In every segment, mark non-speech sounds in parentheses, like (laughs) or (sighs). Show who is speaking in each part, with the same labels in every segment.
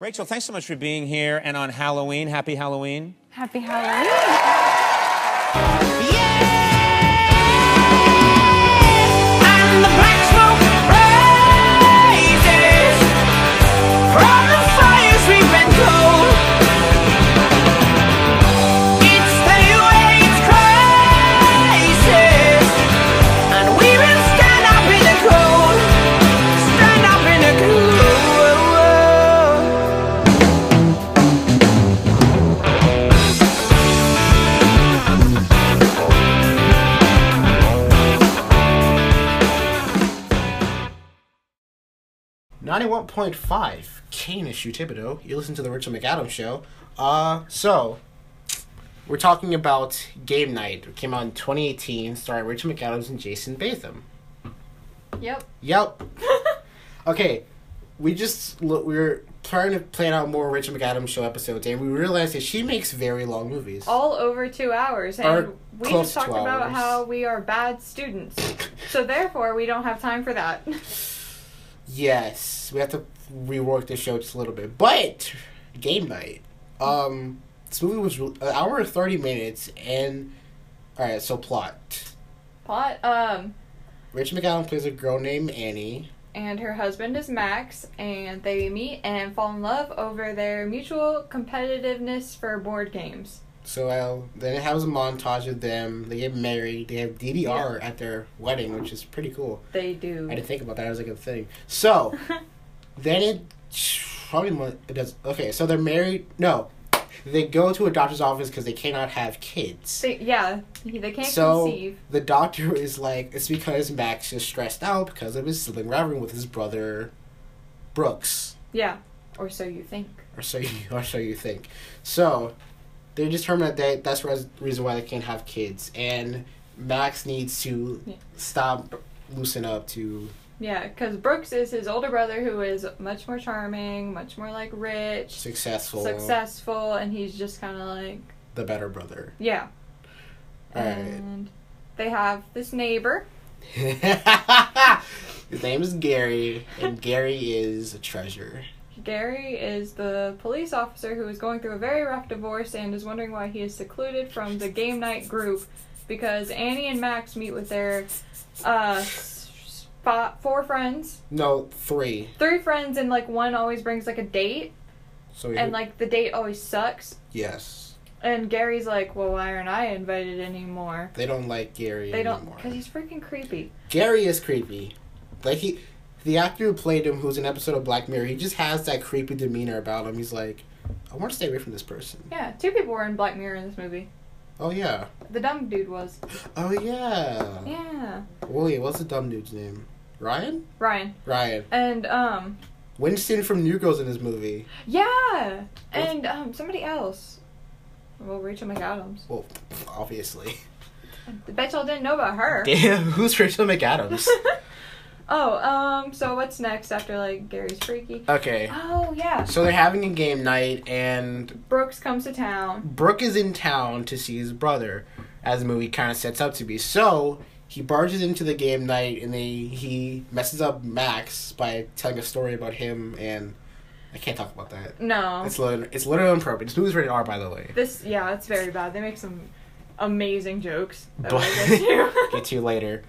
Speaker 1: Rachel, thanks so much for being here and on Halloween. Happy Halloween.
Speaker 2: Happy Halloween.
Speaker 3: And the black smoke rises from the fires we've been cold. It's the new age crisis, and we will stand up in the cold. Stand up in the cold.
Speaker 4: Ninety-one point five. Canish you Thibodeau. You listen to the Rachel McAdams show. Uh, so we're talking about Game Night. It came out in 2018, starring Rachel McAdams and Jason Batham.
Speaker 2: Yep.
Speaker 4: Yep. (laughs) okay, we just look, we were trying to plan out more Rachel McAdams show episodes, and we realized that she makes very long movies.
Speaker 2: All over two hours. And
Speaker 4: Or
Speaker 2: we
Speaker 4: close
Speaker 2: just talked
Speaker 4: to
Speaker 2: about
Speaker 4: hours.
Speaker 2: how we are bad students. so therefore, we don't have time for that.
Speaker 4: Yes, we have to rework the show just a little bit. But game night. Um, this movie was re- an hour and thirty minutes, and all right. So plot:
Speaker 2: Plot. Um,
Speaker 4: Rich McAllen plays a girl named Annie.
Speaker 2: and her husband is Max, and they meet and fall in love over their mutual competitiveness for board games.
Speaker 4: So uh, then it has a montage of them. They get married. They have DDR at their wedding, which is pretty cool.
Speaker 2: They
Speaker 4: I
Speaker 2: do.
Speaker 4: didn't think about that as like a thing. So then it probably mo- it does. Okay, so they're married. No, they go to a doctor's office because they cannot have kids.
Speaker 2: They, yeah, he- they can't
Speaker 4: so
Speaker 2: conceive.
Speaker 4: the doctor is like, it's because Max is stressed out because of his sibling rivalry with his brother, Brooks,
Speaker 2: Yeah, or so you think.
Speaker 4: or so you, or so you think. So they determine that that's the reason why they can't have kids, and Max needs to
Speaker 2: Yeah.
Speaker 4: stop, loosen up to
Speaker 2: Yeah, because Brooks is his older brother who is much more charming, much more like rich,
Speaker 4: successful,
Speaker 2: successful, and he's just kind of like,
Speaker 4: the better brother. (laughs)
Speaker 2: yeah.
Speaker 4: All right.
Speaker 2: and they have this neighbor.
Speaker 4: His name is Gary,
Speaker 2: (laughs)
Speaker 4: and Gary is a treasure.
Speaker 2: Gary is the police officer who is going through a very rough divorce and is wondering why he is secluded from the game night group because Annie and Max meet with their uh, s- s- four friends.
Speaker 4: No, three.
Speaker 2: Three friends, and like one always brings like a date,
Speaker 4: So he-
Speaker 2: and like the date always sucks.
Speaker 4: yes,
Speaker 2: And Gary's like, well, why aren't I invited anymore?
Speaker 4: they don't like Gary
Speaker 2: They don't,
Speaker 4: anymore.
Speaker 2: because he's freaking creepy.
Speaker 4: Gary is creepy. Like he, the actor who played him, who's an episode of Black Mirror, he just has that creepy demeanor about him. He's like, I want to stay away from this person.
Speaker 2: Yeah, two people were in Black Mirror in this movie.
Speaker 4: Oh yeah,
Speaker 2: The dumb dude was.
Speaker 4: oh yeah.
Speaker 2: Yeah.
Speaker 4: Wait, what's the dumb dude's name? Ryan.
Speaker 2: Ryan.
Speaker 4: Ryan.
Speaker 2: And, um,
Speaker 4: Winston from New Girls in this movie.
Speaker 2: Yeah, and um, somebody else. Well, Rachel McAdams.
Speaker 4: Well, obviously.
Speaker 2: I bet y'all didn't know about her.
Speaker 4: Damn, who's Rachel McAdams?
Speaker 2: (laughs) oh, um, so what's next after like Gary's freaky?
Speaker 4: (laughs) okay.
Speaker 2: Oh yeah,
Speaker 4: So they're having a game night, and
Speaker 2: Brooks comes to town.
Speaker 4: Brooke is in town to see his brother, as the movie kind of sets up to be. So he barges into the game night, and they, he messes up Max by telling a story about him, and I can't talk about that.
Speaker 2: No,
Speaker 4: It's literally, it's literally inappropriate. This movie's rated R, by the way.
Speaker 2: this yeah, it's very bad. They make some amazing jokes. That
Speaker 4: But-
Speaker 2: I guess
Speaker 4: (laughs)
Speaker 2: you-
Speaker 4: Get to you later.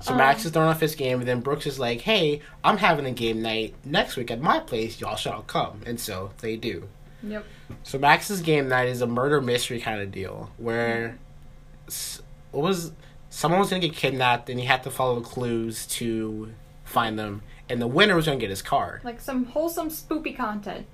Speaker 4: So
Speaker 2: Um.
Speaker 4: Max is throwing off his game, and then Brooks is like, "Hey, I'm having a game night next week at my place. Y'all shall come." And so they do.
Speaker 2: yep.
Speaker 4: So Max's game night is a murder mystery kind of deal where s- what was someone was gonna get kidnapped and he had to follow clues to find them, and the winner was gonna get
Speaker 2: (laughs)
Speaker 4: his car.
Speaker 2: Like some wholesome spoopy content.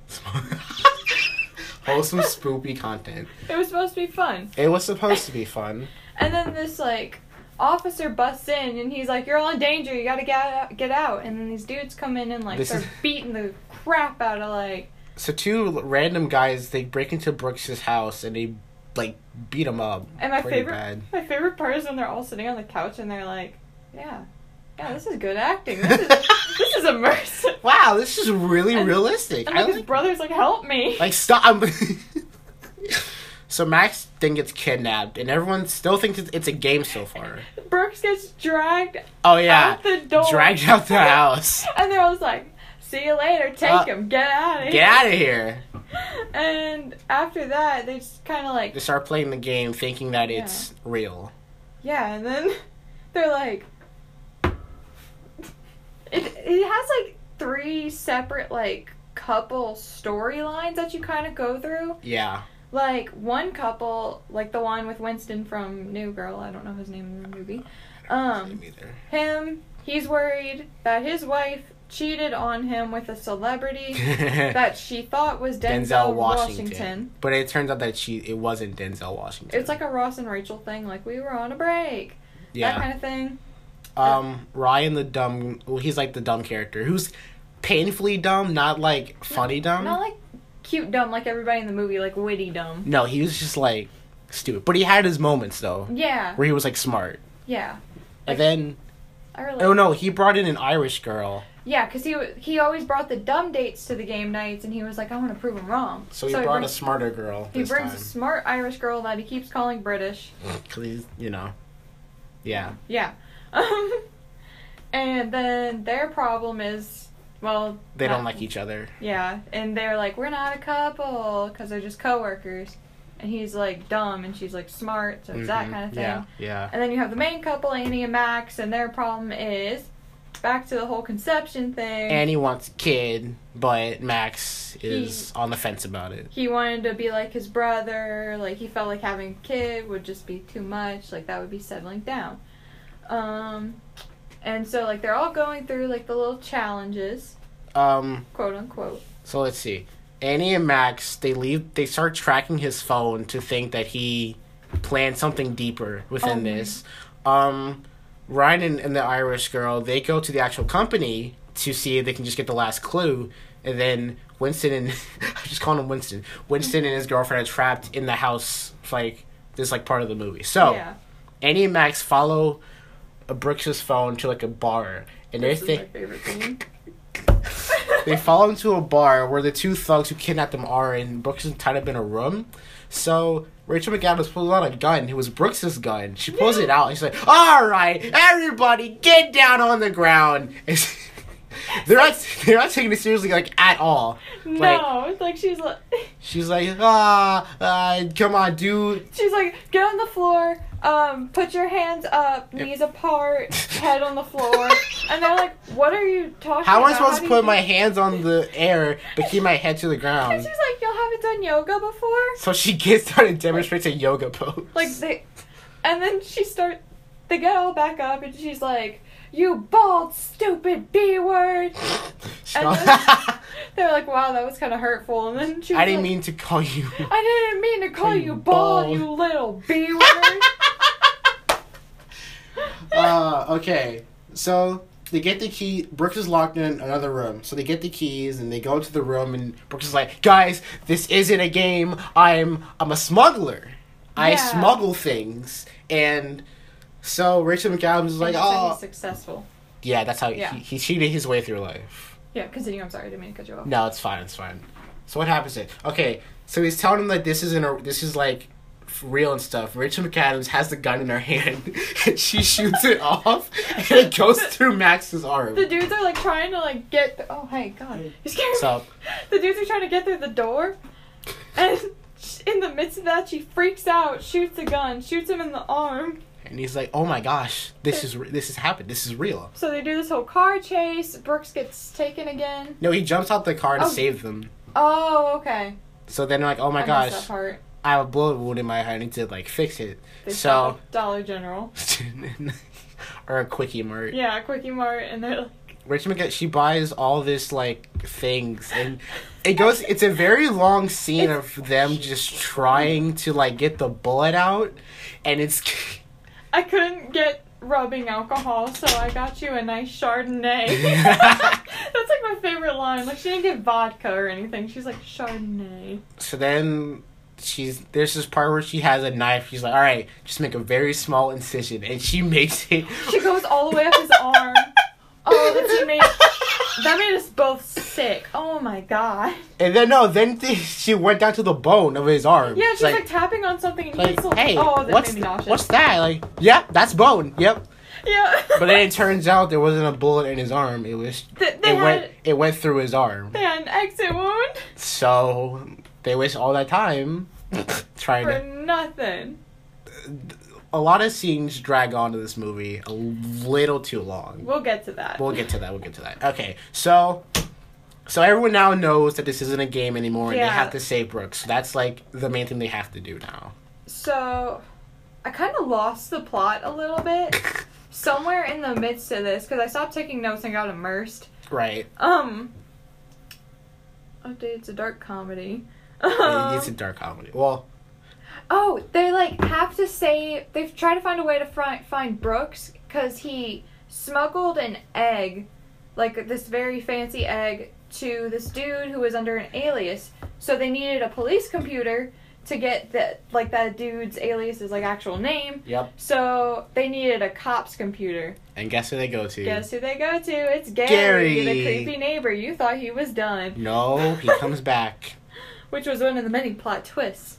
Speaker 4: Wholesome spoopy content.
Speaker 2: It was supposed to be fun.
Speaker 4: It was supposed to be fun.
Speaker 2: And then this like officer busts in and he's like, "You're all in danger. You gotta get out, get out." And then these dudes come in and like
Speaker 4: This
Speaker 2: start
Speaker 4: is- (laughs)
Speaker 2: beating the crap out of like
Speaker 4: So two random guys they break into Brooks's house and they like beat him up.
Speaker 2: And my
Speaker 4: pretty
Speaker 2: favorite,
Speaker 4: bad.
Speaker 2: my favorite part is when they're all sitting on the couch and they're like, "Yeah, yeah, this is good acting. This
Speaker 4: (laughs)
Speaker 2: is this is immersive."
Speaker 4: Wow, this is really
Speaker 2: And-
Speaker 4: realistic.
Speaker 2: And
Speaker 4: I
Speaker 2: like his
Speaker 4: like
Speaker 2: brother's like, "Help me!"
Speaker 4: Like stop. I'm- (laughs) so Max then gets kidnapped, and everyone still thinks it's- it's a game so far.
Speaker 2: Brooks gets dragged
Speaker 4: Oh yeah,
Speaker 2: out the door,
Speaker 4: dragged out the house.
Speaker 2: (laughs) and they're all just like, see you later, take
Speaker 4: Uh,
Speaker 2: him, get out of here.
Speaker 4: Get out of here.
Speaker 2: And after that, they just kind of like,
Speaker 4: They start playing the game thinking that it's real.
Speaker 2: yeah, and then (laughs) they're like, it, it has like three separate like couple storylines that you kind of go through.
Speaker 4: Yeah.
Speaker 2: Like one couple, like the one with Winston from New Girl, I don't know his name in the movie. Um,
Speaker 4: Me either.
Speaker 2: him, he's worried that his wife cheated on him with a celebrity.
Speaker 4: (laughs)
Speaker 2: that she thought was Denzel,
Speaker 4: Denzel
Speaker 2: Washington.
Speaker 4: Washington. But it turns out that she it wasn't Denzel Washington.
Speaker 2: It's like a Ross and Rachel thing, like we were on a break, that
Speaker 4: yeah.
Speaker 2: kind of thing.
Speaker 4: Um, Ryan the dumb. Well, he's like the dumb character who's painfully dumb, not like funny dumb.
Speaker 2: Not like cute dumb, like everybody in the movie, like witty dumb.
Speaker 4: No, he was just like stupid. But he had his moments though,
Speaker 2: Yeah,
Speaker 4: where he was like smart.
Speaker 2: yeah.
Speaker 4: And then
Speaker 2: I relate.
Speaker 4: oh no, he brought in an Irish girl,
Speaker 2: Yeah, because he wa- he always brought the dumb dates to the game nights, and he was like, I want to prove them wrong.
Speaker 4: so he brought a
Speaker 2: brings,
Speaker 4: smarter girl.
Speaker 2: He
Speaker 4: this
Speaker 2: brings a
Speaker 4: time.
Speaker 2: smart Irish girl that he keeps calling British.
Speaker 4: 'Cause he's, you know, yeah.
Speaker 2: Yeah. (laughs) Um, and then their problem is, well,
Speaker 4: They
Speaker 2: Uh,
Speaker 4: don't like each other.
Speaker 2: Yeah, and they're like, we're not a couple because they're just coworkers. And he's like dumb, and she's like smart, so it's that
Speaker 4: Mhm.
Speaker 2: kind of thing.
Speaker 4: Yeah, yeah.
Speaker 2: And then you have the main couple, Annie and Max, and their problem is back to the whole conception thing.
Speaker 4: Annie wants a kid, but Max
Speaker 2: He-
Speaker 4: is on the fence about it.
Speaker 2: he wanted to be like his brother, like he felt like having a kid would just be too much, like that would be settling down. Um, and so like they're all going through like the little challenges,
Speaker 4: Um,
Speaker 2: quote unquote.
Speaker 4: so let's see. Annie and Max, they leave. They start tracking his phone to think that he planned something deeper within
Speaker 2: Oh my.
Speaker 4: this. Um, Ryan and, and the Irish girl, they go to the actual company to see if they can just get the last clue, and then Winston and (laughs) I just call him Winston. Winston and his girlfriend are trapped in the house, for, like this, like part of the movie. So.
Speaker 2: Yeah,
Speaker 4: Annie and Max follow uh, Brooks' phone to like a bar, and they
Speaker 2: this is my
Speaker 4: think
Speaker 2: favorite thing.
Speaker 4: they follow him to a bar where the two thugs who kidnapped them are, and Brooks is tied up in a room. So Rachel McAdams pulls out a gun. It was Brooks's gun. She pulls it out. She's like, "All right, everybody, get down on the ground." (laughs) And she- they're not they're not taking it seriously like at all. Like
Speaker 2: no, it's like she's like.
Speaker 4: she's like, "Ah, uh, come on, dude."
Speaker 2: She's like, get on the floor, um, put your hands up, knees apart, head on the
Speaker 4: (laughs)
Speaker 2: floor. and they're like, what are you talking
Speaker 4: How am
Speaker 2: about?
Speaker 4: I supposed
Speaker 2: do
Speaker 4: to
Speaker 2: you
Speaker 4: put
Speaker 2: do-"
Speaker 4: my hands on the air but keep my head to the
Speaker 2: And
Speaker 4: ground?
Speaker 2: she's like, y'all haven't done yoga before?
Speaker 4: So she gets down and demonstrates a yoga pose. (laughs)
Speaker 2: Like, they. And then she start. They get all back up and she's like, you bald, stupid B word.
Speaker 4: She-
Speaker 2: and then- They're like, wow, that was kind of hurtful. And then she was
Speaker 4: (laughs) I didn't
Speaker 2: like,
Speaker 4: mean to call you.
Speaker 2: I didn't mean to call you bald,
Speaker 4: bald."
Speaker 2: you little B
Speaker 4: (laughs)
Speaker 2: word.
Speaker 4: uh, okay. So they get the key. Brooks is locked in another room. So they get the keys and they go to the room. And Brooks is like, "Guys, this isn't a game. I'm I'm a smuggler. I
Speaker 2: Yeah.
Speaker 4: smuggle things." And so Rachel McAdams is like,
Speaker 2: And so
Speaker 4: "Oh,
Speaker 2: he's successful.
Speaker 4: yeah, that's how
Speaker 2: Yeah.
Speaker 4: He, he cheated his way through life."
Speaker 2: Yeah, continue. I'm sorry, I didn't mean to cut you off.
Speaker 4: No, it's fine. It's fine. So what happens then? Okay, so he's telling him that this isn't a, this is like f- real and stuff. Rachel McAdams has the gun in her hand, (laughs) and she shoots it off, (laughs) and it goes through Max's
Speaker 2: The
Speaker 4: arm.
Speaker 2: dudes are like trying to like get. Th- oh hey god, you scared
Speaker 4: So
Speaker 2: me. The dudes are trying to get through the door, and sh- in the midst of that, she freaks out, shoots a gun, shoots him in the arm.
Speaker 4: and he's like, "Oh my gosh, this is re- this has happened. This is real."
Speaker 2: So they do this whole car chase. Brooks gets taken again.
Speaker 4: No, he jumps out the car to
Speaker 2: Oh.
Speaker 4: save them.
Speaker 2: Oh okay.
Speaker 4: So then like, "Oh my
Speaker 2: I missed that
Speaker 4: gosh,
Speaker 2: part.
Speaker 4: I have a bullet wound in my head. I need to like fix it."
Speaker 2: They
Speaker 4: so
Speaker 2: stop at Dollar General.
Speaker 4: (laughs) or a quickie mart.
Speaker 2: Yeah, Quickie Mart, and they're like,
Speaker 4: Rachel McAdams, she buys all this like things, and it goes. It's a very long scene of them just trying to like get the bullet out, and it's (laughs)
Speaker 2: I couldn't get rubbing alcohol, so I got you a nice
Speaker 4: (laughs)
Speaker 2: Chardonnay. (laughs) That's like my favorite line. Like she didn't get vodka or anything. She's like Chardonnay.
Speaker 4: so then she's there's this part where she has a knife. She's like, all right, just make a very small incision, and she makes it.
Speaker 2: She goes all the way up his
Speaker 4: (laughs)
Speaker 2: arm. Oh, that made that made us both sick. Oh my god.
Speaker 4: And then no, then (laughs) th- she went down to the bone of his arm.
Speaker 2: Yeah,
Speaker 4: It's
Speaker 2: she's like, tapping on something and he
Speaker 4: like,
Speaker 2: gets a
Speaker 4: hey,
Speaker 2: oh that
Speaker 4: what's
Speaker 2: made me nauseous.
Speaker 4: what's that? Like, yeah, that's bone. Yep.
Speaker 2: Yeah.
Speaker 4: (laughs) But then it turns out there wasn't a bullet in his arm. It was
Speaker 2: Th- they
Speaker 4: it went
Speaker 2: had-
Speaker 4: it went through his arm.
Speaker 2: they had an exit wound
Speaker 4: So they waste all that time trying
Speaker 2: for
Speaker 4: to.
Speaker 2: nothing.
Speaker 4: A lot of scenes drag on to this movie a little too long.
Speaker 2: We'll get to that.
Speaker 4: We'll get to that. We'll get to that. Okay, so so everyone now knows that this isn't a game anymore, and they
Speaker 2: Yeah.
Speaker 4: have to save Brooks. So that's like the main thing they have to do now. (laughs)
Speaker 2: So, I kind of lost the plot a little bit somewhere in the midst of this because I stopped taking notes and got immersed.
Speaker 4: Right?
Speaker 2: Um. Oh, dude, it's a dark comedy. Um,
Speaker 4: it's a dark comedy. Well,
Speaker 2: Oh, they like have to say they've tried to find a way to fi- find Brooks because he smuggled an egg, like this very fancy egg, to this dude who was under an alias. So they needed a police computer to get that like that dude's alias is like actual name.
Speaker 4: yep.
Speaker 2: So they needed a cop's computer.
Speaker 4: And guess who they go to?
Speaker 2: Guess who they go to? It's Gary,
Speaker 4: Gary.
Speaker 2: the creepy neighbor. You thought he was done,
Speaker 4: No, he comes back.
Speaker 2: which was one of the many plot twists.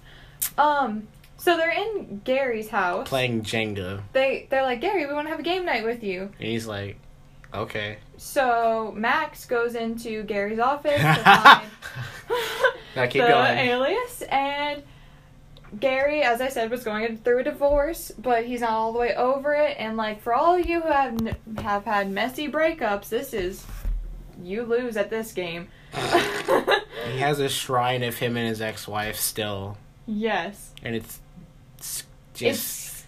Speaker 2: Um, so they're in Gary's house.
Speaker 4: playing Jenga,
Speaker 2: they they're like Gary, we want to have a game night with you.
Speaker 4: and he's like, "Okay."
Speaker 2: So Max goes into Gary's office
Speaker 4: (laughs)
Speaker 2: to
Speaker 4: now
Speaker 2: find
Speaker 4: keep
Speaker 2: the
Speaker 4: going.
Speaker 2: alias, and Gary, as I said, was going through a divorce, but he's not all the way over it. And like for all of you who have n- have had messy breakups, this is you lose at this
Speaker 4: (laughs)
Speaker 2: game. (laughs)
Speaker 4: He has a shrine of him and his ex-wife still,
Speaker 2: yes,
Speaker 4: and it's, it's just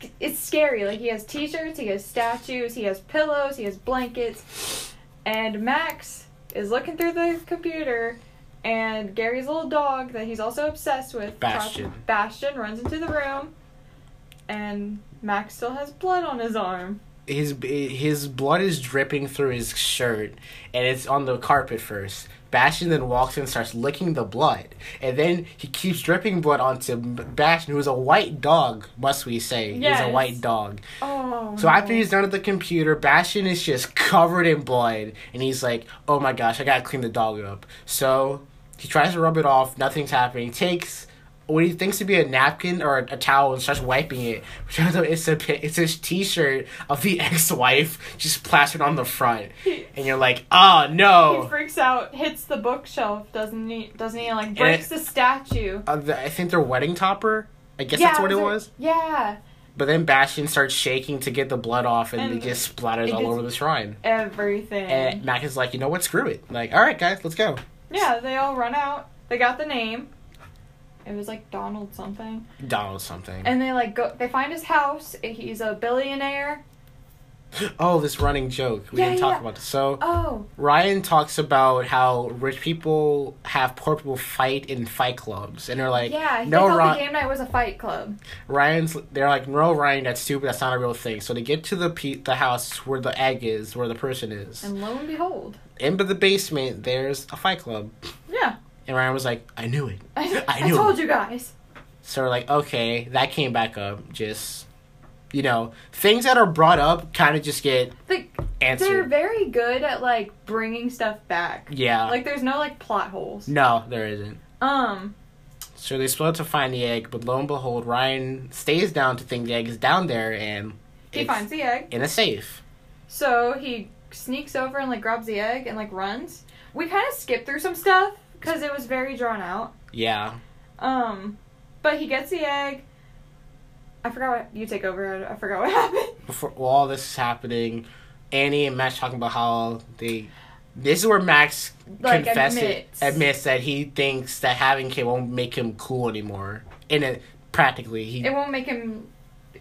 Speaker 2: it's it's scary. Like he has T-shirts, he has statues, he has pillows, he has blankets, and Max is looking through the computer, and Gary's little dog that he's also obsessed with,
Speaker 4: Bastion.
Speaker 2: Bastion runs into the room, and Max still has blood on his arm.
Speaker 4: his his blood is dripping through his shirt, and it's on the carpet first. Bastion then walks in and starts licking the blood, and then he keeps dripping blood onto Bastion, who is a white dog. Must we say, he's
Speaker 2: Yes.
Speaker 4: a white dog.
Speaker 2: Oh.
Speaker 4: So after he's done at the computer, Bastion is just covered in blood, and he's like, "Oh my gosh, I gotta clean the dog up." So he tries to rub it off. Nothing's happening. Takes what he thinks to be a napkin or a towel and starts wiping it. Which turns out it's a pi- it's his T-shirt of the (laughs) ex-wife just plastered on the front, and you're like, "Oh
Speaker 2: he
Speaker 4: no."
Speaker 2: freaks out, hits the bookshelf, doesn't he? Doesn't he? and, Like breaks
Speaker 4: Eh.
Speaker 2: the statue.
Speaker 4: Uh, the, I think their wedding topper. I guess that's what it was.
Speaker 2: Yeah,
Speaker 4: But then Bastion starts shaking to get the blood off, and,
Speaker 2: And
Speaker 4: it just splatters
Speaker 2: it
Speaker 4: all
Speaker 2: gets-
Speaker 4: over the shrine.
Speaker 2: everything.
Speaker 4: And Mac is like, you know what? Screw it. Like, all right, guys, let's go.
Speaker 2: Yeah, they all run out. They got the name. It was like Donald something.
Speaker 4: Donald something.
Speaker 2: And they like go. They find his house. He's a billionaire.
Speaker 4: oh, this running joke. We
Speaker 2: Yeah,
Speaker 4: didn't talk
Speaker 2: yeah.
Speaker 4: about this. So
Speaker 2: Oh,
Speaker 4: Ryan talks about how rich people have poor people fight in fight clubs, and they're like,
Speaker 2: yeah. He
Speaker 4: no,
Speaker 2: thought
Speaker 4: Ri-
Speaker 2: the game night was a fight club.
Speaker 4: Ryan's. They're like, no, Ryan, that's stupid. That's not a real thing. So they get to the pe- the house where the egg is, where the person is.
Speaker 2: And lo and behold,
Speaker 4: Into the basement, there's a fight club,
Speaker 2: yeah.
Speaker 4: and Ryan was like, I knew it.
Speaker 2: (laughs) I,
Speaker 4: I
Speaker 2: I,
Speaker 4: knew.
Speaker 2: told you guys.
Speaker 4: So we're like, okay, that came back up. Just, you know, things that are brought up kind of just get
Speaker 2: Like they're
Speaker 4: answered.
Speaker 2: very good at like bringing stuff back.
Speaker 4: yeah.
Speaker 2: Like there's no like plot holes.
Speaker 4: No, there isn't.
Speaker 2: Um.
Speaker 4: So they split up to find the egg, but lo and behold, Ryan stays down to think the egg is down there and
Speaker 2: He
Speaker 4: it's
Speaker 2: finds the egg.
Speaker 4: in a safe.
Speaker 2: So he sneaks over and like grabs the egg and like runs. We kind of skipped through some stuff because it was very drawn out.
Speaker 4: Yeah.
Speaker 2: Um, but he gets the egg. I forgot what you take over. I, I forgot what (laughs) happened.
Speaker 4: Before while all this is happening, Annie and Max talking about how they. This is where Max
Speaker 2: Like,
Speaker 4: confesses
Speaker 2: admits.
Speaker 4: admits that he thinks that having kid won't make him cool anymore. In it, practically, he
Speaker 2: It won't make him.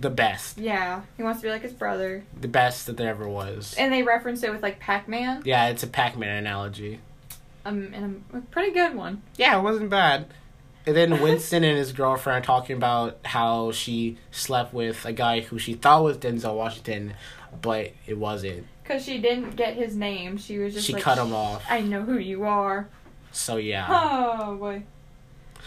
Speaker 4: the best,
Speaker 2: Yeah, he wants to be like his brother.
Speaker 4: the best that there ever was.
Speaker 2: And they referenced it with like Pac-Man.
Speaker 4: yeah, it's a Pac-Man analogy.
Speaker 2: Um, and a, a pretty good one.
Speaker 4: Yeah, it wasn't bad. And then Winston and his girlfriend are talking about how she slept with a guy who she thought was Denzel Washington, but it wasn't.
Speaker 2: Cause she didn't get his name. She was just.
Speaker 4: she
Speaker 2: like,
Speaker 4: cut him off.
Speaker 2: I know who you are.
Speaker 4: So yeah.
Speaker 2: Oh boy.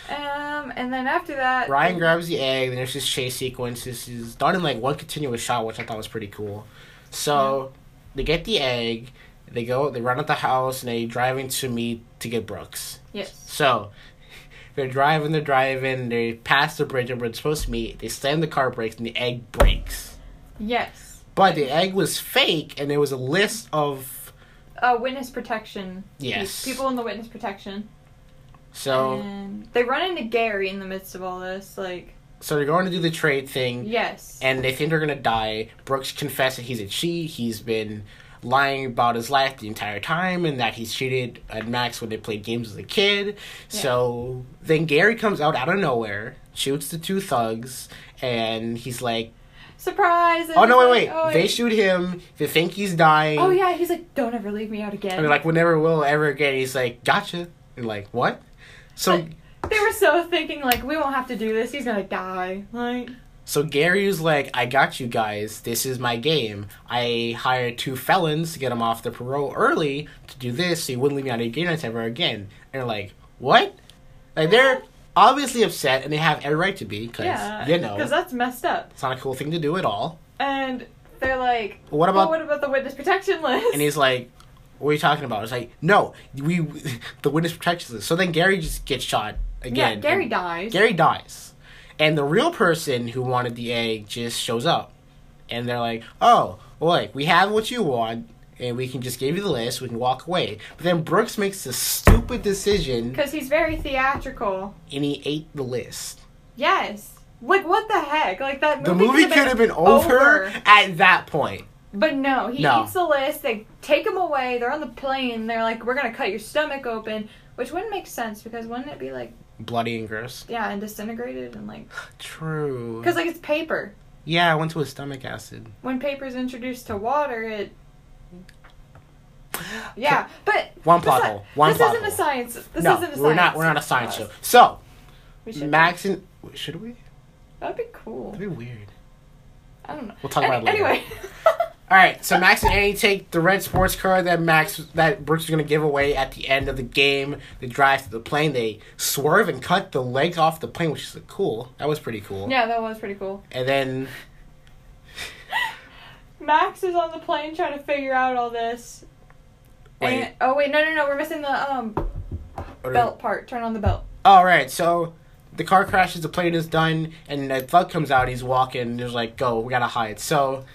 Speaker 2: Um, and then after that,
Speaker 4: Ryan grabs the egg, then there's this chase sequence. This is done in like one continuous shot, which I thought was pretty cool. So they get the egg, they go, they run out the house, and they drive in to meet to get Brooks.
Speaker 2: Yes.
Speaker 4: So (laughs) they're driving, they're driving, they pass the bridge where it's supposed to meet, they slam the car brakes, and the egg breaks.
Speaker 2: Yes.
Speaker 4: But the egg was fake, and there was a list of
Speaker 2: Uh, witness protection.
Speaker 4: Yes.
Speaker 2: People in the witness protection.
Speaker 4: so
Speaker 2: And they run into Gary in the midst of all this. Like,
Speaker 4: so they're going to do the trade thing.
Speaker 2: yes.
Speaker 4: and they think they're gonna die. Brooks confessed that he's a cheat. He's been lying about his life the entire time, and that he's cheated at Max when they played games as a kid. So then Gary comes out out of nowhere, shoots the two thugs, and he's like,
Speaker 2: Surprise! and
Speaker 4: "Oh no, wait,
Speaker 2: he's
Speaker 4: wait!
Speaker 2: like, oh,
Speaker 4: they
Speaker 2: wait.
Speaker 4: shoot him. They think he's dying.
Speaker 2: Oh yeah, he's like, don't ever leave me out again.
Speaker 4: And they're like, "We never will ever again." He's like, "Gotcha." And like, what? So.
Speaker 2: But- they were so thinking like, we won't have to do this. He's gonna die. Like,
Speaker 4: So Gary was like, I got you guys. This is my game. I hired two felons to get them off the parole early to do this so you wouldn't leave me out of your game ever again. And they're like, what? Like, they're obviously upset and they have every right to be because,
Speaker 2: yeah,
Speaker 4: you know,
Speaker 2: because that's messed up.
Speaker 4: it's not a cool thing to do at all.
Speaker 2: And they're like,
Speaker 4: What about-
Speaker 2: well, what about the witness protection list?
Speaker 4: And he's like, what are you talking about? It's like, no, we, (laughs) the witness protects us. So then Gary just gets shot
Speaker 2: yeah,
Speaker 4: again.
Speaker 2: Gary
Speaker 4: And
Speaker 2: dies.
Speaker 4: Gary dies. And the real person who wanted the egg just shows up. And they're like, oh, well, like, we have what you want, and we can just give you the list, we can walk away. But then Brooks makes this stupid decision,
Speaker 2: Because he's very theatrical.
Speaker 4: and he ate the list.
Speaker 2: Yes. Like what the heck? Like that
Speaker 4: The
Speaker 2: movie.
Speaker 4: movie could have been over at that point.
Speaker 2: But no, he
Speaker 4: No.
Speaker 2: eats the list. They take him away. They're on the plane. They're like, "We're gonna cut your stomach open," which wouldn't make sense because wouldn't it be like,
Speaker 4: Bloody and gross.
Speaker 2: yeah, and disintegrated and
Speaker 4: (sighs)
Speaker 2: like,
Speaker 4: True.
Speaker 2: because like it's paper.
Speaker 4: Yeah, I went to a stomach acid.
Speaker 2: When paper is introduced to water,
Speaker 4: (gasps)
Speaker 2: it. Yeah, but
Speaker 4: One
Speaker 2: this
Speaker 4: plot
Speaker 2: is-
Speaker 4: hole. One
Speaker 2: this
Speaker 4: plot
Speaker 2: isn't a
Speaker 4: hole.
Speaker 2: science. This
Speaker 4: no,
Speaker 2: isn't a
Speaker 4: we're
Speaker 2: science.
Speaker 4: not. We're not a science show.
Speaker 2: class.
Speaker 4: So
Speaker 2: We should-
Speaker 4: Max and should we?
Speaker 2: That'd be cool.
Speaker 4: That'd be weird.
Speaker 2: I don't know.
Speaker 4: We'll talk about it later.
Speaker 2: Anyway. (laughs)
Speaker 4: All right, so Max and Annie take the red sports car that Max that Brooks is gonna give away at the end of the game. They drive to the plane. They swerve and cut the legs off the plane, which is cool. That was pretty cool.
Speaker 2: yeah, that was pretty cool.
Speaker 4: And then
Speaker 2: Max is on the plane trying to figure out all this.
Speaker 4: wait,
Speaker 2: And, oh wait, no, no, no, we're missing the um
Speaker 4: what are-
Speaker 2: belt part. Turn on the belt.
Speaker 4: All right, so the car crashes. The plane is done, and the thug comes out. He's walking. And there's like, go, we gotta hide. So (laughs)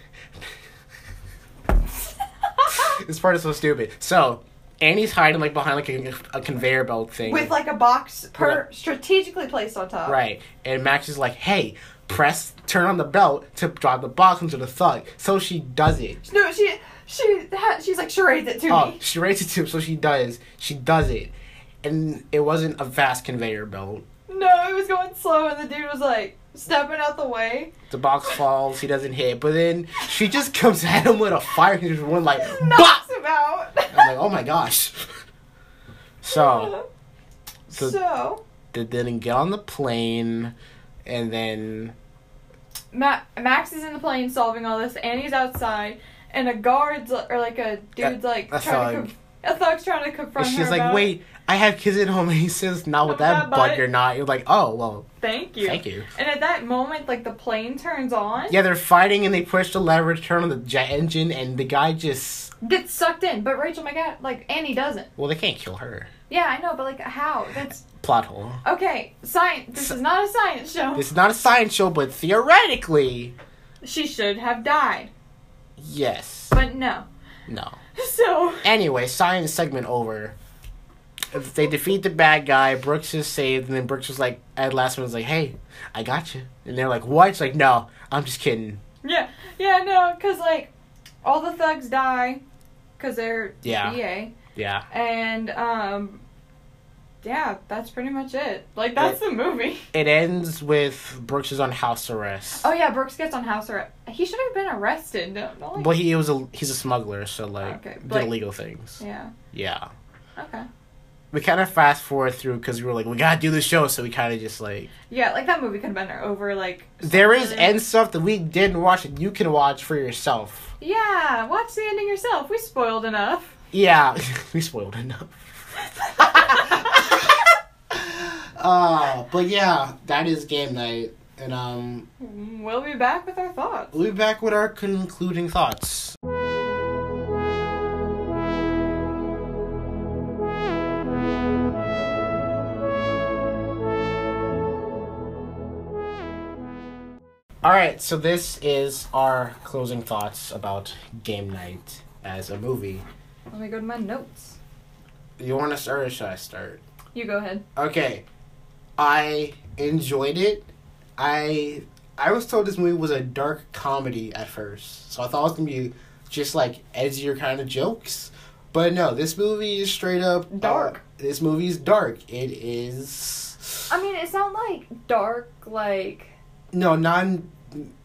Speaker 4: this part is so stupid. So Annie's hiding like behind like a, a conveyor belt thing.
Speaker 2: With like a box per
Speaker 4: Yeah.
Speaker 2: strategically placed on top.
Speaker 4: Right. And Max is like, hey, press, turn on the belt to drop the box into the thug. So she does it.
Speaker 2: (laughs) No, she she ha- she's like charades it to
Speaker 4: Oh,
Speaker 2: me.
Speaker 4: she rates it to him, so she does. She does it. And it wasn't a vast conveyor belt.
Speaker 2: No, it was going slow and the dude was like stepping out the way.
Speaker 4: (laughs) The box falls, he doesn't hit, but then she just comes (laughs) at him with a fire and just one like
Speaker 2: Knocks
Speaker 4: BOP!
Speaker 2: him out.
Speaker 4: (laughs) I'm like, oh my gosh. So
Speaker 2: so,
Speaker 4: Oh. so- they didn't get on the plane and then
Speaker 2: Ma- Max is in the plane solving all this. Annie's outside, and a guard's or like a dude's like
Speaker 4: a
Speaker 2: trying to
Speaker 4: thug.
Speaker 2: conf- a thug's trying to confront her.
Speaker 4: she's like,
Speaker 2: about-
Speaker 4: wait, I have kids at home (laughs) and he says,
Speaker 2: Not
Speaker 4: not with
Speaker 2: with
Speaker 4: that
Speaker 2: that
Speaker 4: butt
Speaker 2: butt.
Speaker 4: you're not. You're like, oh well,
Speaker 2: Thank you.
Speaker 4: thank you.
Speaker 2: And at that moment, like the plane turns on,
Speaker 4: Yeah, they're fighting and they push the lever to turn on the jet engine, and the guy just.
Speaker 2: gets sucked in. But Rachel, my God, like Annie doesn't.
Speaker 4: Well, they can't kill her.
Speaker 2: Yeah, I know, but like how? That's
Speaker 4: Plot hole.
Speaker 2: okay. Science. This is not a science show.
Speaker 4: This is not a science show, but theoretically,
Speaker 2: She should have died,
Speaker 4: yes.
Speaker 2: but no. (laughs)
Speaker 4: No.
Speaker 2: So
Speaker 4: Anyway, science segment over. They defeat the bad guy. Brooks is saved, and then Brooks was like, at last minute, was like, "Hey, I got you." And they're like, "What?" It's like, "No, I'm just kidding."
Speaker 2: yeah, yeah, no, cause like all the thugs die, cause they're
Speaker 4: Yeah.
Speaker 2: EA.
Speaker 4: Yeah.
Speaker 2: And um yeah, that's pretty much it. Like that's the movie. (laughs)
Speaker 4: It ends with Brooks is on house arrest.
Speaker 2: Oh yeah, Brooks gets on house arrest. He should have been arrested. Don't, don't like-
Speaker 4: But he was a he's a smuggler, so like
Speaker 2: Okay,
Speaker 4: did
Speaker 2: but-
Speaker 4: illegal things.
Speaker 2: yeah.
Speaker 4: yeah.
Speaker 2: Okay.
Speaker 4: we kind of fast forward through because we were like, we gotta do the show, so we kind of just like
Speaker 2: Yeah, like that movie could have been over. Like
Speaker 4: there is
Speaker 2: Mhm.
Speaker 4: end stuff that we didn't watch that you can watch for yourself.
Speaker 2: yeah, watch the ending yourself. We spoiled enough.
Speaker 4: Yeah, (laughs) we spoiled enough. (laughs) uh, but yeah, that is game night, and um,
Speaker 2: We'll be back with our thoughts.
Speaker 4: we'll be back with our concluding thoughts. All right, so this is our closing thoughts about Game Night as a movie.
Speaker 2: Let me go to my notes.
Speaker 4: You want to start or should I start?
Speaker 2: You go ahead.
Speaker 4: Okay, I enjoyed it. I I was told this movie was a dark comedy at first, so I thought it was gonna be just like edgier kind of jokes. But no, this movie is straight up
Speaker 2: Dark.
Speaker 4: uh, this movie is dark. It is
Speaker 2: I mean, it's not like dark, like
Speaker 4: no non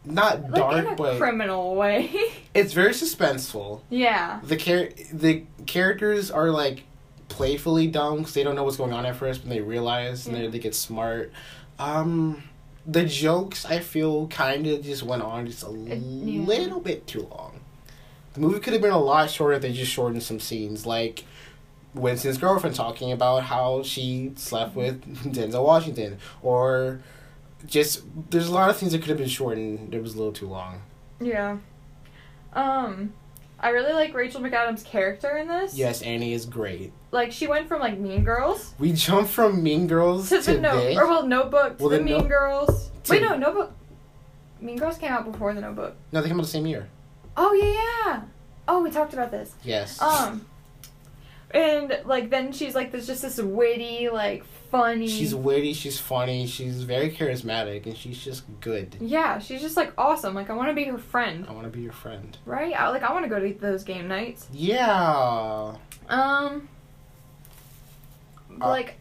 Speaker 4: not
Speaker 2: like in
Speaker 4: dark,
Speaker 2: a
Speaker 4: but
Speaker 2: criminal way. (laughs)
Speaker 4: it's very suspenseful.
Speaker 2: yeah.
Speaker 4: the char- the characters are like playfully dumb because they don't know what's going on at first, but they realize and they they get smart. Um, the jokes I feel kind of just went on just a
Speaker 2: yeah.
Speaker 4: little bit too long. The movie could have been a lot shorter if they just shortened some scenes, like Winston's girlfriend talking about how she slept with (laughs) Denzel Washington, or just there's a lot of things that could have been shortened. It was a little too long.
Speaker 2: Yeah. Um, I really like Rachel McAdams' character in this.
Speaker 4: Yes, Annie is great.
Speaker 2: Like she went from like Mean Girls
Speaker 4: We jump from Mean Girls
Speaker 2: to
Speaker 4: to,
Speaker 2: the no,
Speaker 4: this.
Speaker 2: or well, Notebook to
Speaker 4: Well,
Speaker 2: the,
Speaker 4: the
Speaker 2: Mean
Speaker 4: No-
Speaker 2: Girls.
Speaker 4: to-
Speaker 2: Wait, no, Notebook. Mean Girls came out before the Notebook.
Speaker 4: No, they came out the same year.
Speaker 2: Oh yeah, yeah. Oh, we talked about this.
Speaker 4: Yes.
Speaker 2: Um, and like then she's like there's just this witty, like funny.
Speaker 4: she's witty. She's funny. She's very charismatic, and she's just good.
Speaker 2: yeah, she's just like awesome. Like I want to be her friend,
Speaker 4: I want to be your friend.
Speaker 2: right? I, like I want to go to those game nights.
Speaker 4: Yeah.
Speaker 2: Um,
Speaker 4: Uh,
Speaker 2: like,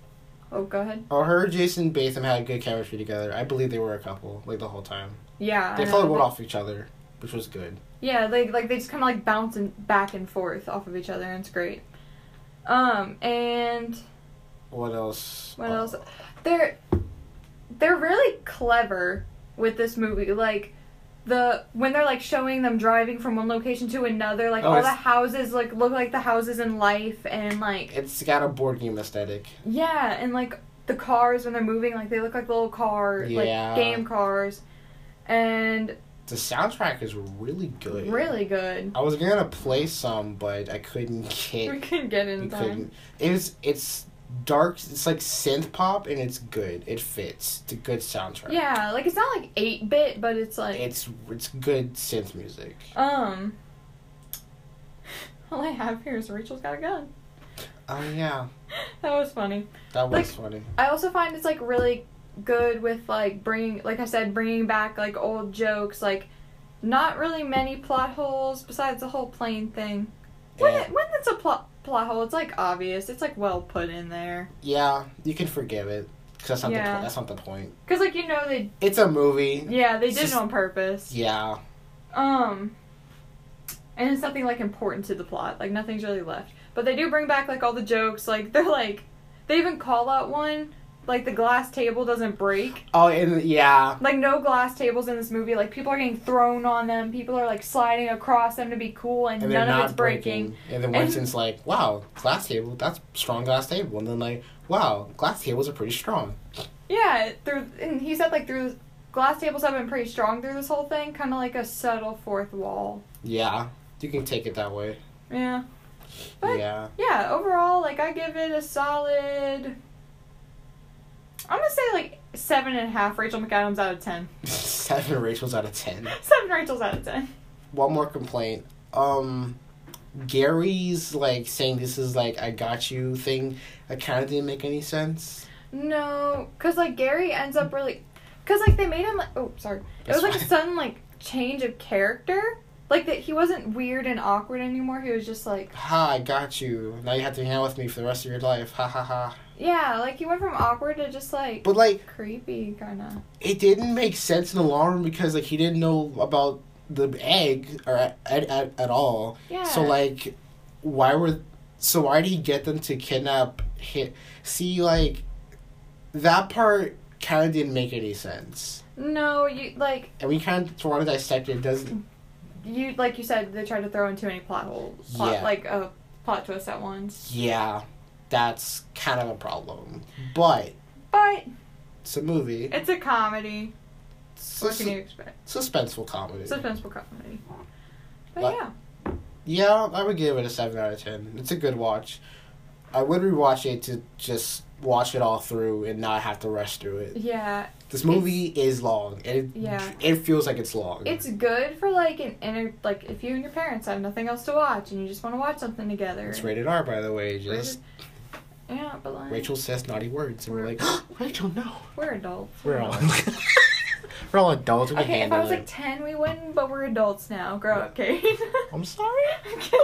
Speaker 2: oh, go ahead.
Speaker 4: Oh, her and Jason Batham had good chemistry together. I believe they were a couple, like the whole time.
Speaker 2: Yeah,
Speaker 4: They
Speaker 2: I
Speaker 4: felt
Speaker 2: know.
Speaker 4: well off each other, which was good.
Speaker 2: Yeah, like like they just kind of like bounce and back and forth off of each other, and it's great. Um, and
Speaker 4: What else?
Speaker 2: what
Speaker 4: Oh,
Speaker 2: else? They're they're really clever with this movie. Like the when they're like showing them driving from one location to another, like
Speaker 4: Oh,
Speaker 2: all the
Speaker 4: it's-
Speaker 2: houses like look like the houses in life, and like
Speaker 4: It's got a board game aesthetic.
Speaker 2: Yeah, and like the cars when they're moving, like they look like little car,
Speaker 4: Yeah.
Speaker 2: like game cars, and
Speaker 4: The soundtrack is really good.
Speaker 2: really good.
Speaker 4: I was gonna play some, but I couldn't
Speaker 2: We
Speaker 4: get.
Speaker 2: can get
Speaker 4: We
Speaker 2: in time.
Speaker 4: couldn't. It's it's dark. It's like synth pop, and it's good. It fits. It's a good soundtrack.
Speaker 2: Yeah, like it's not like eight bit, but it's like
Speaker 4: It's it's good synth music.
Speaker 2: um. (laughs) All I have here is Rachel's got a gun.
Speaker 4: Oh yeah,
Speaker 2: That was funny.
Speaker 4: that was
Speaker 2: Like-
Speaker 4: funny.
Speaker 2: I also find it's like really good with like bringing, like I said, bringing back like old jokes. Like, not really many plot holes besides the whole plane thing. When,
Speaker 4: Yeah.
Speaker 2: it, when it's a plot plot hole, it's like obvious. It's like well put in there.
Speaker 4: Yeah, you can forgive it because that's not the
Speaker 2: Yeah.
Speaker 4: po- that's not the point.
Speaker 2: Cause like you know they
Speaker 4: It's a movie.
Speaker 2: yeah they
Speaker 4: It's
Speaker 2: did it
Speaker 4: just-
Speaker 2: on purpose.
Speaker 4: Yeah,
Speaker 2: Um, and it's nothing like important to the plot. Like nothing's really left. But they do bring back like all the jokes. Like they're like they even call out one like the glass table doesn't break.
Speaker 4: Oh, and yeah,
Speaker 2: Like no glass tables in this movie. Like people are getting thrown on them. People are like sliding across them to be cool, and,
Speaker 4: and they're
Speaker 2: none
Speaker 4: not
Speaker 2: of it's breaking.
Speaker 4: breaking. And then
Speaker 2: And-
Speaker 4: Winston's like, "Wow, glass table. That's strong glass table." And then like, "Wow, glass tables are pretty strong."
Speaker 2: Yeah, through and he said like through glass tables have been pretty strong through this whole thing, kind of like a subtle fourth wall.
Speaker 4: Yeah, you can take it that way.
Speaker 2: Yeah. But yeah.
Speaker 4: Yeah, (laughs)
Speaker 2: overall, like I give it a solid. I'm gonna say like seven and a half Rachel McAdams out of ten. (laughs)
Speaker 4: seven Rachels out of ten.
Speaker 2: Seven Rachels out of ten.
Speaker 4: one more complaint. Um, Gary's like saying this is like I got you thing. That kind of didn't make any sense.
Speaker 2: No, cause like Gary ends up really, cause like they made him like oh sorry, it was
Speaker 4: That's
Speaker 2: like a
Speaker 4: fine.
Speaker 2: sudden like change of character, like that he wasn't weird and awkward anymore. He was just like
Speaker 4: Ha! I got you. Now you have to hang out with me for the rest of your life. Ha ha ha!
Speaker 2: yeah, like he went from awkward to just like
Speaker 4: But like,
Speaker 2: creepy kind of.
Speaker 4: it didn't make sense in the long run because like he didn't know about the egg or at at, at all.
Speaker 2: Yeah.
Speaker 4: So like, why were? So why did he get them to kidnap? Him? See, like, that part kind of didn't make any sense,
Speaker 2: No, you like
Speaker 4: and we kind of want to dissect it. it doesn't
Speaker 2: you like you said they tried to throw in too many plot holes, plot,
Speaker 4: Yeah.
Speaker 2: like a plot twist at once.
Speaker 4: Yeah, that's kind of a problem. But
Speaker 2: But
Speaker 4: it's a movie.
Speaker 2: it's a comedy.
Speaker 4: It's a
Speaker 2: What can you
Speaker 4: su-
Speaker 2: expect?
Speaker 4: suspenseful comedy.
Speaker 2: Suspenseful comedy. But
Speaker 4: Like-
Speaker 2: yeah,
Speaker 4: yeah, I would give it a 7 out of 10. It's a good watch. I would rewatch it to just watch it all through and not have to rush through it.
Speaker 2: Yeah,
Speaker 4: This movie is long, and it
Speaker 2: Yeah.
Speaker 4: it feels like it's long.
Speaker 2: it's good for like an inner like if you and your parents have nothing else to watch and you just want to watch something together.
Speaker 4: It's rated R, by the way. Just
Speaker 2: Yeah, but like
Speaker 4: Rachel says naughty words, and we're like,
Speaker 2: (gasps)
Speaker 4: (gasps) Rachel, no.
Speaker 2: we're adults.
Speaker 4: We're (laughs) all we're all adults. We can
Speaker 2: Okay, if I
Speaker 4: handle
Speaker 2: was like
Speaker 4: it.
Speaker 2: ten, we wouldn't, but we're adults now. Grow up, Kate. (laughs)
Speaker 4: I'm sorry.
Speaker 2: I'm sorry.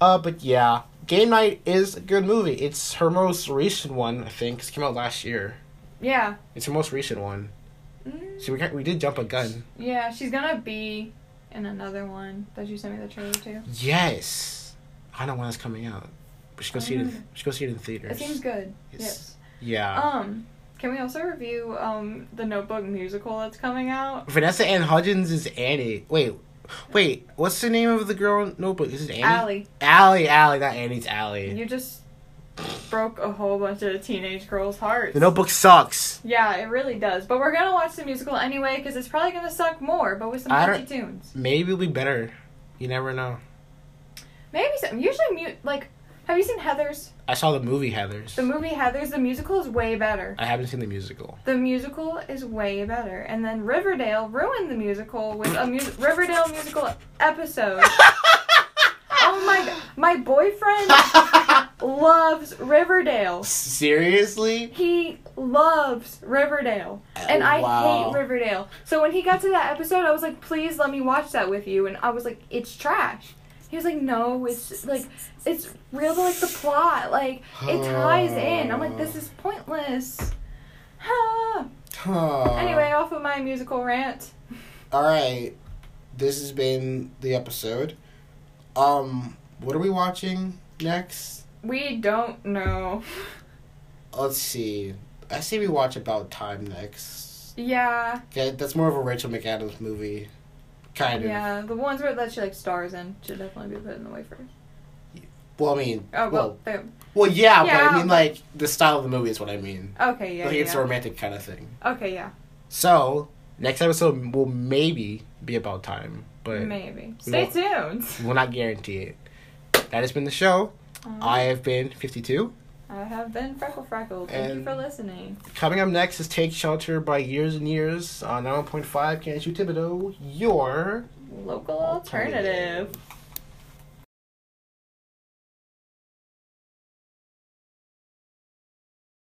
Speaker 4: Uh, but yeah, Game Night is a good movie. It's her most recent one, I think. It came out last year.
Speaker 2: (laughs) yeah.
Speaker 4: It's her most recent one.
Speaker 2: Mm,
Speaker 4: So we got, we did jump a gun.
Speaker 2: yeah, she's gonna be in another one that you sent me the trailer to.
Speaker 4: Yes. I don't know when it's coming out. But she go
Speaker 2: I
Speaker 4: see it.
Speaker 2: don't know.
Speaker 4: In, she go see it in theaters.
Speaker 2: It seems good.
Speaker 4: Yes.
Speaker 2: Yes.
Speaker 4: Yeah.
Speaker 2: Um, can we also review um the Notebook musical that's coming out?
Speaker 4: Vanessa Ann Hudgens is Annie. Wait, wait. What's the name of the girl? in Notebook. Is it Annie?
Speaker 2: Allie,
Speaker 4: Allie. Allie. Not Annie's Allie.
Speaker 2: you just broke a whole bunch of teenage girls' hearts.
Speaker 4: The Notebook sucks.
Speaker 2: Yeah, it really does. But we're gonna watch the musical anyway because it's probably gonna suck more, but with some
Speaker 4: I
Speaker 2: catchy tunes.
Speaker 4: Maybe it'll be better. You never know.
Speaker 2: Maybe some. Usually, mu- like, have you seen Heather's?
Speaker 4: I saw the movie Heather's.
Speaker 2: The movie Heather's. The musical is way better.
Speaker 4: I haven't seen the musical.
Speaker 2: (laughs)
Speaker 4: (laughs)
Speaker 2: The musical is way better. And then Riverdale ruined the musical with a mu- Riverdale musical episode. oh my! g- My
Speaker 4: (laughs)
Speaker 2: boyfriend loves Riverdale.
Speaker 4: Seriously?
Speaker 2: He loves Riverdale. And I
Speaker 4: Wow.
Speaker 2: hate Riverdale. So when he got to that episode, I was like, please let me watch that with you. And I was like, it's trash. He was like, no, it's like, it's real to like the plot. Like, it ties in. I'm like, this is pointless. Ah. Anyway, off of my musical rant.
Speaker 4: All right. This has been the episode. Um, what are we watching next?
Speaker 2: We don't know.
Speaker 4: Let's see. I say we watch About Time next.
Speaker 2: Yeah,
Speaker 4: Okay, that's more of a Rachel McAdams movie, kind of.
Speaker 2: yeah. The ones where that she like stars in should definitely be put in the way first.
Speaker 4: Well, I mean,
Speaker 2: Oh
Speaker 4: well,
Speaker 2: well, there-
Speaker 4: well, yeah, but I
Speaker 2: Yeah.
Speaker 4: mean, like the style of the movie is what I mean.
Speaker 2: okay, yeah,
Speaker 4: like
Speaker 2: yeah.
Speaker 4: it's a romantic kind of thing.
Speaker 2: yeah. Okay, yeah,
Speaker 4: So next episode will maybe be About Time, but
Speaker 2: maybe. Stay tuned.
Speaker 4: we'll not guarantee it. That has been the show. I have been 52.
Speaker 2: I have been Freckle Freckle. Thank
Speaker 4: And-
Speaker 2: you for listening.
Speaker 4: Coming up next is Take Shelter by Years and Years on 9.5 Can't Shoot Thibodeau, your
Speaker 2: Local alternative.